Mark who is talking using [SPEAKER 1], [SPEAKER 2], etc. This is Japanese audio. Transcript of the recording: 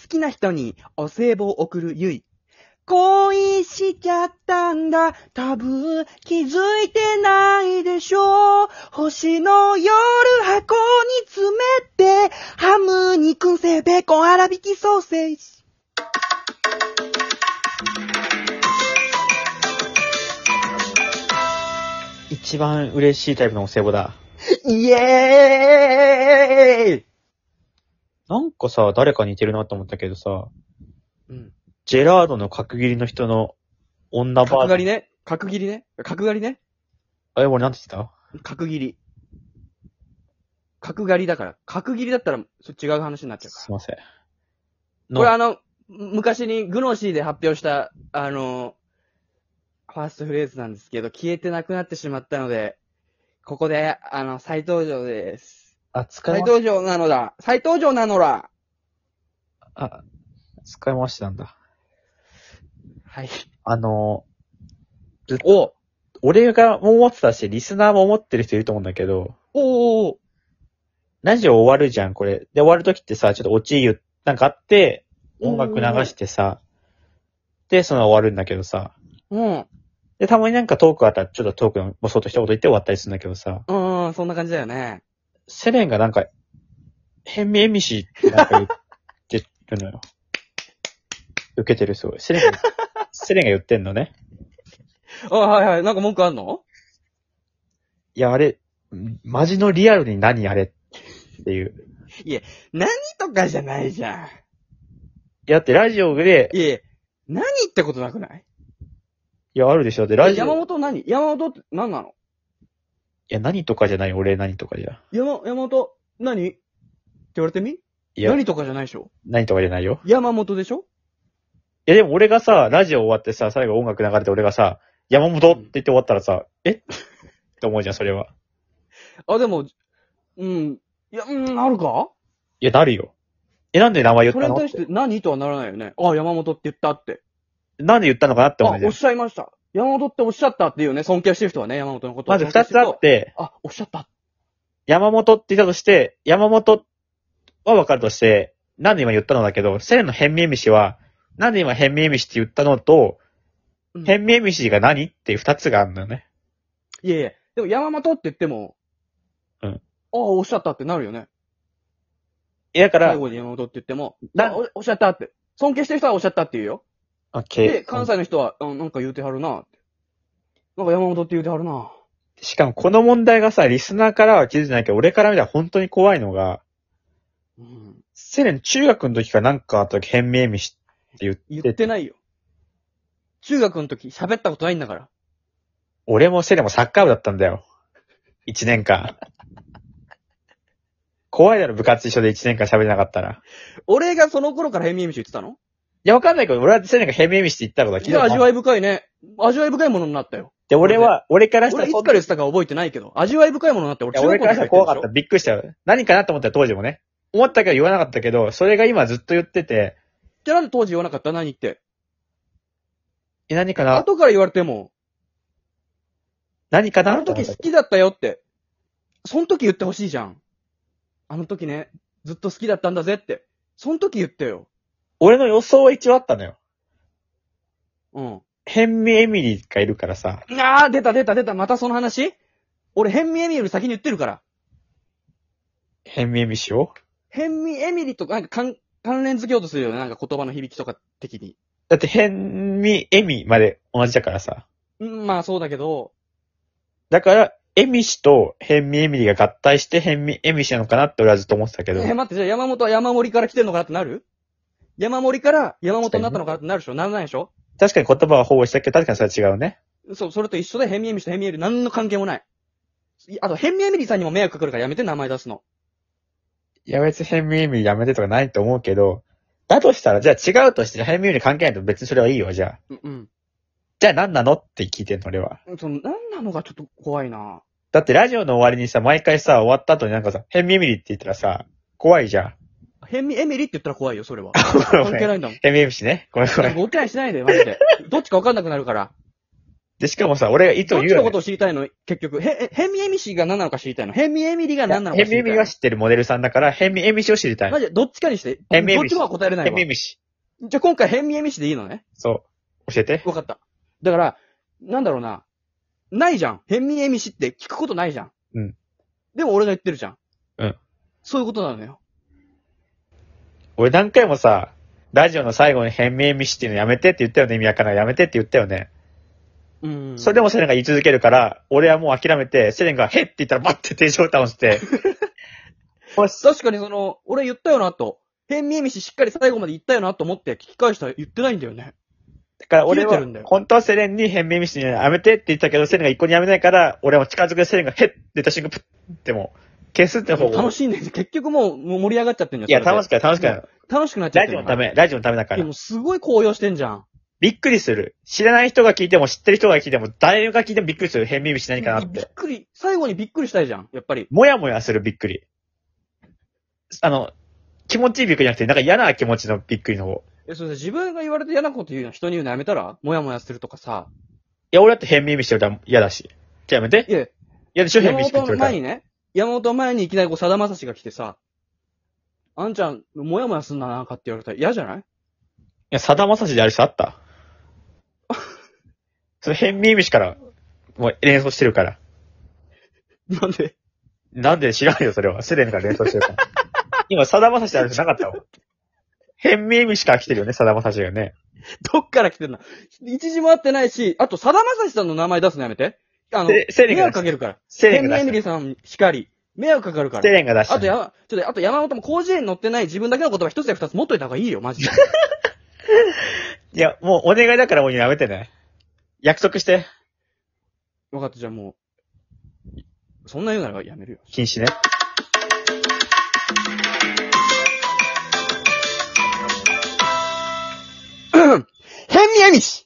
[SPEAKER 1] 好きな人にお歳暮を送るゆい。恋しちゃったんだ。多分気づいてないでしょう。星の夜箱に詰めて、ハム、肉、せ、ベーコン、粗挽きソーセージ。
[SPEAKER 2] 一番嬉しいタイプのお歳暮だ。
[SPEAKER 1] イエーイ
[SPEAKER 2] なんかさ、誰か似てるなと思ったけどさ、
[SPEAKER 1] うん。
[SPEAKER 2] ジェラードの角切りの人の女バージョン。
[SPEAKER 1] 角刈りね。角切りね。角刈りね。
[SPEAKER 2] え、俺なんて言って
[SPEAKER 1] 角切り。角刈りだから。角切りだったら、それ違う話になっちゃ
[SPEAKER 2] た
[SPEAKER 1] う
[SPEAKER 2] す
[SPEAKER 1] か
[SPEAKER 2] いません。
[SPEAKER 1] ら。これあの、昔にグノシーで発表した、あの、ファーストフレーズなんですけど、消えてなくなってしまったので、ここで、あの、再登場です。
[SPEAKER 2] あ、使
[SPEAKER 1] 再
[SPEAKER 2] いま、
[SPEAKER 1] 登場なのだ。再登場なのだ。
[SPEAKER 2] あ、使い回してたんだ。
[SPEAKER 1] はい。
[SPEAKER 2] あの、ずっと、
[SPEAKER 1] お
[SPEAKER 2] 俺が思ってたし、リスナーも思ってる人いると思うんだけど、
[SPEAKER 1] おー
[SPEAKER 2] ラジオ終わるじゃん、これ。で、終わるときってさ、ちょっと落ち言う、なんかあって、音楽流してさ、で、その終わるんだけどさ、
[SPEAKER 1] うん。
[SPEAKER 2] で、たまになんかトークあったら、ちょっとトークのボソッと一言言って終わったりするんだけどさ、
[SPEAKER 1] うん、そんな感じだよね。
[SPEAKER 2] セレンがなんか、変名ミシってなんか言ってるのよ。 受けてる、すごい。セ レンが、セレンが言ってんのね。
[SPEAKER 1] あ、はいはい。なんか文句あんの
[SPEAKER 2] いや、あれ、んマジのリアルに何あれっていう。
[SPEAKER 1] とかじゃないじゃん。
[SPEAKER 2] いや、だってラジオで、
[SPEAKER 1] いえ、何ってことなくない
[SPEAKER 2] いや、あるでしょ。で、ラジ
[SPEAKER 1] 山
[SPEAKER 2] オ、い
[SPEAKER 1] 本何山本って何なの
[SPEAKER 2] や、何とかじゃない、俺何とかじゃ。
[SPEAKER 1] 山、山本何って言われてみ
[SPEAKER 2] いや、
[SPEAKER 1] 何とかじゃないでしょ
[SPEAKER 2] 何とかじゃないよ。
[SPEAKER 1] 山本でしょ
[SPEAKER 2] いや、でも俺がさ、ラジオ終わってさ、最後音楽流れて俺がさ、山本って言って終わったらさ、えって思うじゃん、それは。
[SPEAKER 1] あ、でも、うん。いや、うん、あるか
[SPEAKER 2] いや、なるよ。え、なんで名前言っ
[SPEAKER 1] そ
[SPEAKER 2] た
[SPEAKER 1] れに
[SPEAKER 2] の
[SPEAKER 1] 対して何とはならないよね。あ、山本って言ったって。
[SPEAKER 2] なんで言ったのかなって
[SPEAKER 1] あ、
[SPEAKER 2] 思うじ
[SPEAKER 1] お
[SPEAKER 2] ゃ
[SPEAKER 1] っ
[SPEAKER 2] ん。
[SPEAKER 1] しゃいました。山本っておっしゃったっていうね、尊敬してる人はね、山本のことを
[SPEAKER 2] まず二つあっ。て、
[SPEAKER 1] あ、おっしゃった。
[SPEAKER 2] 山本って言ったとして、山本はわかるとして、なんで今言ったのだけど、セレンの変名飯は、なんで今変名飯って言ったのと、
[SPEAKER 1] うん
[SPEAKER 2] 変名飯が何っていう二つがあるんだよね。
[SPEAKER 1] いやいや、でも山本って言っても、
[SPEAKER 2] うん。
[SPEAKER 1] あ、おっしゃったってなるよね。
[SPEAKER 2] いや、だから
[SPEAKER 1] 最、後に山本って言っても、
[SPEAKER 2] な
[SPEAKER 1] あおおっしゃったって。尊敬してる人はおっしゃったって言うよ。
[SPEAKER 2] オッケー
[SPEAKER 1] で、関西の人は、あなんか言うてはるなって。なんか山本って言うてはるな
[SPEAKER 2] しかもこの問題がさ、リスナーからは気づいてないけど、俺から見たら本当に怖いのが、
[SPEAKER 1] うん。
[SPEAKER 2] セレン中学の時からなんかあった時変名飯って言って
[SPEAKER 1] 言ってないよ。中学の時喋ったことないんだから。
[SPEAKER 2] 俺もセレンもサッカー部だったんだよ。一年間。怖いだろ、部活一緒で一年間喋れなかったら。
[SPEAKER 1] 俺がその頃から変身道言ってたの
[SPEAKER 2] いや、わかんないけど、俺はセレンがヘミヘミして言ったことは聞
[SPEAKER 1] い
[SPEAKER 2] いた
[SPEAKER 1] や、
[SPEAKER 2] こ
[SPEAKER 1] 味
[SPEAKER 2] とない
[SPEAKER 1] わい深いね。味わい深いものになったよ。
[SPEAKER 2] で、俺は、俺からした
[SPEAKER 1] 俺
[SPEAKER 2] ら
[SPEAKER 1] いつ
[SPEAKER 2] そん
[SPEAKER 1] か
[SPEAKER 2] な、
[SPEAKER 1] ら言ってたか覚えてないけど、味わい深いものになって俺
[SPEAKER 2] い
[SPEAKER 1] 中
[SPEAKER 2] や俺
[SPEAKER 1] 学
[SPEAKER 2] から
[SPEAKER 1] の
[SPEAKER 2] し
[SPEAKER 1] 時
[SPEAKER 2] た
[SPEAKER 1] から
[SPEAKER 2] 怖
[SPEAKER 1] ら言
[SPEAKER 2] かっ
[SPEAKER 1] ってる
[SPEAKER 2] た。
[SPEAKER 1] でし
[SPEAKER 2] びっくりしたよ。何かなと思ったら当時もね。思ったけど言わなかったけど、それが今ずっと言ってて、
[SPEAKER 1] ょじゃあなんで当時言わなかった何って。
[SPEAKER 2] え、何かな
[SPEAKER 1] 後から言われても、
[SPEAKER 2] 何か
[SPEAKER 1] あ
[SPEAKER 2] な
[SPEAKER 1] の
[SPEAKER 2] と思っ
[SPEAKER 1] 時
[SPEAKER 2] た
[SPEAKER 1] 好
[SPEAKER 2] けど
[SPEAKER 1] きだったよって。その時言ってほしいじゃん。あの時ね、ずっと好きだったんだぜって。その時言ってよ。
[SPEAKER 2] 俺の予想は一応あったのよ。
[SPEAKER 1] うん。
[SPEAKER 2] ヘンミエミリーがいるからさ。
[SPEAKER 1] あー、出た出た出た、またその話俺、ヘンミエミリより先に言ってるから。
[SPEAKER 2] ヘンミエミ氏を
[SPEAKER 1] ヘンミエミリとか、なんか関関連付けようとするよね。なんか言葉の響きとか的に。
[SPEAKER 2] だってヘンミエミまで同じだからさ。
[SPEAKER 1] うん、まあそうだけど、
[SPEAKER 2] だから、エミ氏とヘンミエミリーが合体してヘンミエミ氏なのかなって俺はずっと思ってたけど。
[SPEAKER 1] え、待って、じゃあ山本は山盛りから来てるのかなってなる山盛りから山本になったのかなってなるでしょならないでしょ
[SPEAKER 2] 確かに言葉は保護したけど、確かにそれは違うね。
[SPEAKER 1] そう、それと一緒でヘンミエミリとヘンミエミリ何の関係もない。いあと、ヘンミエミリさんにも迷惑かかるからやめて名前出すの。
[SPEAKER 2] いや別に変ミエミやめてとかないと思うけど、だとしたら、じゃあ違うとして変ミエミ関係ないと別にそれはいいよ、じゃあ。
[SPEAKER 1] うん、
[SPEAKER 2] じゃあ何なのって聞いてんの、俺は。
[SPEAKER 1] うん。その、なんなのがちょっと怖いな
[SPEAKER 2] だってラジオの終わりにさ、毎回さ、終わった後になんかさ、変ミエミって言ったらさ、怖いじゃん。
[SPEAKER 1] ヘンミエミリって言ったら怖いよ、それは。
[SPEAKER 2] ご
[SPEAKER 1] 関
[SPEAKER 2] め
[SPEAKER 1] 係
[SPEAKER 2] ん。
[SPEAKER 1] ないんだもん。
[SPEAKER 2] 変ミエミね。ごめんごめん。
[SPEAKER 1] ご期待しないで、マジで。どっちかわかんなくなるから。
[SPEAKER 2] で、しかもさ、俺がいつ
[SPEAKER 1] ど
[SPEAKER 2] も
[SPEAKER 1] っ
[SPEAKER 2] 言う
[SPEAKER 1] ちの
[SPEAKER 2] よ、
[SPEAKER 1] こ
[SPEAKER 2] ね
[SPEAKER 1] と。を知りたいの結局。へ、へ、ヘミエミシが何なのか知りたいの。ヘミエミリが何なのか
[SPEAKER 2] ヘ
[SPEAKER 1] 知
[SPEAKER 2] ミ
[SPEAKER 1] り
[SPEAKER 2] エ
[SPEAKER 1] たいの
[SPEAKER 2] ミが。知ってるモデルさんだから、ヘミエミ氏を知りたい
[SPEAKER 1] マ
[SPEAKER 2] の。
[SPEAKER 1] ジで、どっちかにして。
[SPEAKER 2] ヘミエミ
[SPEAKER 1] ど
[SPEAKER 2] シ
[SPEAKER 1] っちもは答えれない
[SPEAKER 2] ヘ
[SPEAKER 1] わ
[SPEAKER 2] ミエ。ミ氏。
[SPEAKER 1] じゃあ今回ヘミエミシでいいのね。
[SPEAKER 2] そう。教えて。
[SPEAKER 1] わかった。だから、なんだろうな。ないじゃん。ヘミエミシって聞くことないじゃん。
[SPEAKER 2] うん。
[SPEAKER 1] でも俺が言ってるじゃん。
[SPEAKER 2] うん。
[SPEAKER 1] そういうことなのよ。
[SPEAKER 2] 俺何回もさ、ラジオの最後にヘミエミ氏っていうのやめてって言ったよね、意味わからない。やめてって言ったよね。
[SPEAKER 1] うん。
[SPEAKER 2] それでもセレンが言い続けるから、俺はもう諦めて、セレンがヘッって言ったらバッて手錠を 倒して、
[SPEAKER 1] 俺確かにその、俺言ったよなと。ヘミエミシしっかり最後まで言ったよなと思って聞き返したら言ってないんだよね。
[SPEAKER 2] だから俺
[SPEAKER 1] 切れ
[SPEAKER 2] は
[SPEAKER 1] てるんだよ、
[SPEAKER 2] 本当はセレンに変面見してやめてって言ったけど、セレンが一個にやめないから、俺も近づくてセレンがヘッって言った瞬間、プッってもう、消すって方法。
[SPEAKER 1] 楽しいんだよ。結局もうもう盛り上がっちゃってるん
[SPEAKER 2] い
[SPEAKER 1] じゃ
[SPEAKER 2] や、
[SPEAKER 1] ん。それで
[SPEAKER 2] 楽しくない、楽しくない。
[SPEAKER 1] 楽しくなっちゃっ
[SPEAKER 2] ラ
[SPEAKER 1] て
[SPEAKER 2] ジオ
[SPEAKER 1] る
[SPEAKER 2] のた。め、ラジオのためだか
[SPEAKER 1] で
[SPEAKER 2] ら。
[SPEAKER 1] もすごい高揚してんじゃん。
[SPEAKER 2] びっくりする。知らない人が聞いても、知ってる人が聞いても、誰が聞いてもびっくりする。変耳し何かなっ。
[SPEAKER 1] びってくり、最後にびっくりしたいじゃん、やっぱり。
[SPEAKER 2] もやもやするびっくり。あの、気持ちいいびっくりじゃなくて、なんか嫌な気持ちのびっくりの方。
[SPEAKER 1] え、それさ自分が言われて嫌なこと言うの人に言うのやめたらもやもやするとかさ。
[SPEAKER 2] いや、俺だって変耳してるら嫌だし。じゃあやめて。
[SPEAKER 1] いや、
[SPEAKER 2] 嫌でしょ、変
[SPEAKER 1] 山
[SPEAKER 2] 耳して
[SPEAKER 1] 本
[SPEAKER 2] る
[SPEAKER 1] の
[SPEAKER 2] ら
[SPEAKER 1] 前。にね、山本の前にいきなりこう、さだまさしが来てさ、あんちゃん、もやもやすんななんかって言われたら嫌じゃない
[SPEAKER 2] いや、さだまさしである人あったそれ、変耳しから、もう連想してるから。
[SPEAKER 1] なんで
[SPEAKER 2] なんで知らんよ、それは。セレンから連想し てるから。今、さだまさしである人なかったわ。変耳しから来てるよね、さだまさしがね。
[SPEAKER 1] どっから来てんの一時も会ってないし、あと、さだまさしさんの名前出すのやめて。あの、
[SPEAKER 2] セセレン
[SPEAKER 1] 迷
[SPEAKER 2] が
[SPEAKER 1] 惑か
[SPEAKER 2] 出し
[SPEAKER 1] けるから。
[SPEAKER 2] セレ
[SPEAKER 1] ヘ
[SPEAKER 2] ン
[SPEAKER 1] ン
[SPEAKER 2] が
[SPEAKER 1] リエ
[SPEAKER 2] 出
[SPEAKER 1] ミ
[SPEAKER 2] し
[SPEAKER 1] リーさんしかり、迷惑かかるか
[SPEAKER 2] た。
[SPEAKER 1] ら
[SPEAKER 2] セ。レンが出した。
[SPEAKER 1] あとや、ちょっと、あと山本も広辞苑乗ってない自分だけの言葉一つや二つ持っといた方がいいよ、マ ジで。
[SPEAKER 2] いや、もうお願いだからもうやめてね。約束して。
[SPEAKER 1] 分かった、じゃあもう、そんな言うならやめる よ。
[SPEAKER 2] 禁止ね。
[SPEAKER 1] ヘンミエミシ